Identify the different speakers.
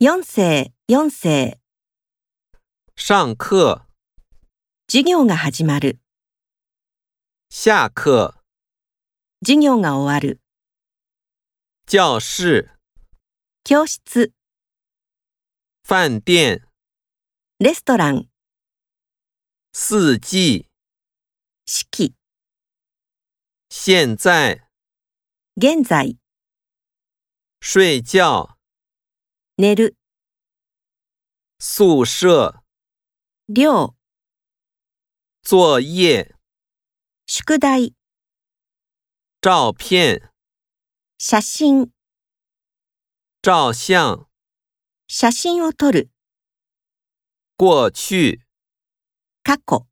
Speaker 1: 4世、4世、
Speaker 2: 上课、
Speaker 1: 授業が始まる、
Speaker 2: 下课、
Speaker 1: 授業が終わる、
Speaker 2: 教室、
Speaker 1: 教室、
Speaker 2: 饭店、
Speaker 1: レストラン、
Speaker 2: 四季、
Speaker 1: 四季、
Speaker 2: 现在、
Speaker 1: 現在、
Speaker 2: 睡觉、
Speaker 1: 寝る、
Speaker 2: 宿舍、
Speaker 1: 寮、
Speaker 2: 作业、
Speaker 1: 宿題、
Speaker 2: 照片、
Speaker 1: 写真、
Speaker 2: 照相、
Speaker 1: 写真を撮る、
Speaker 2: 过去。
Speaker 1: 過去。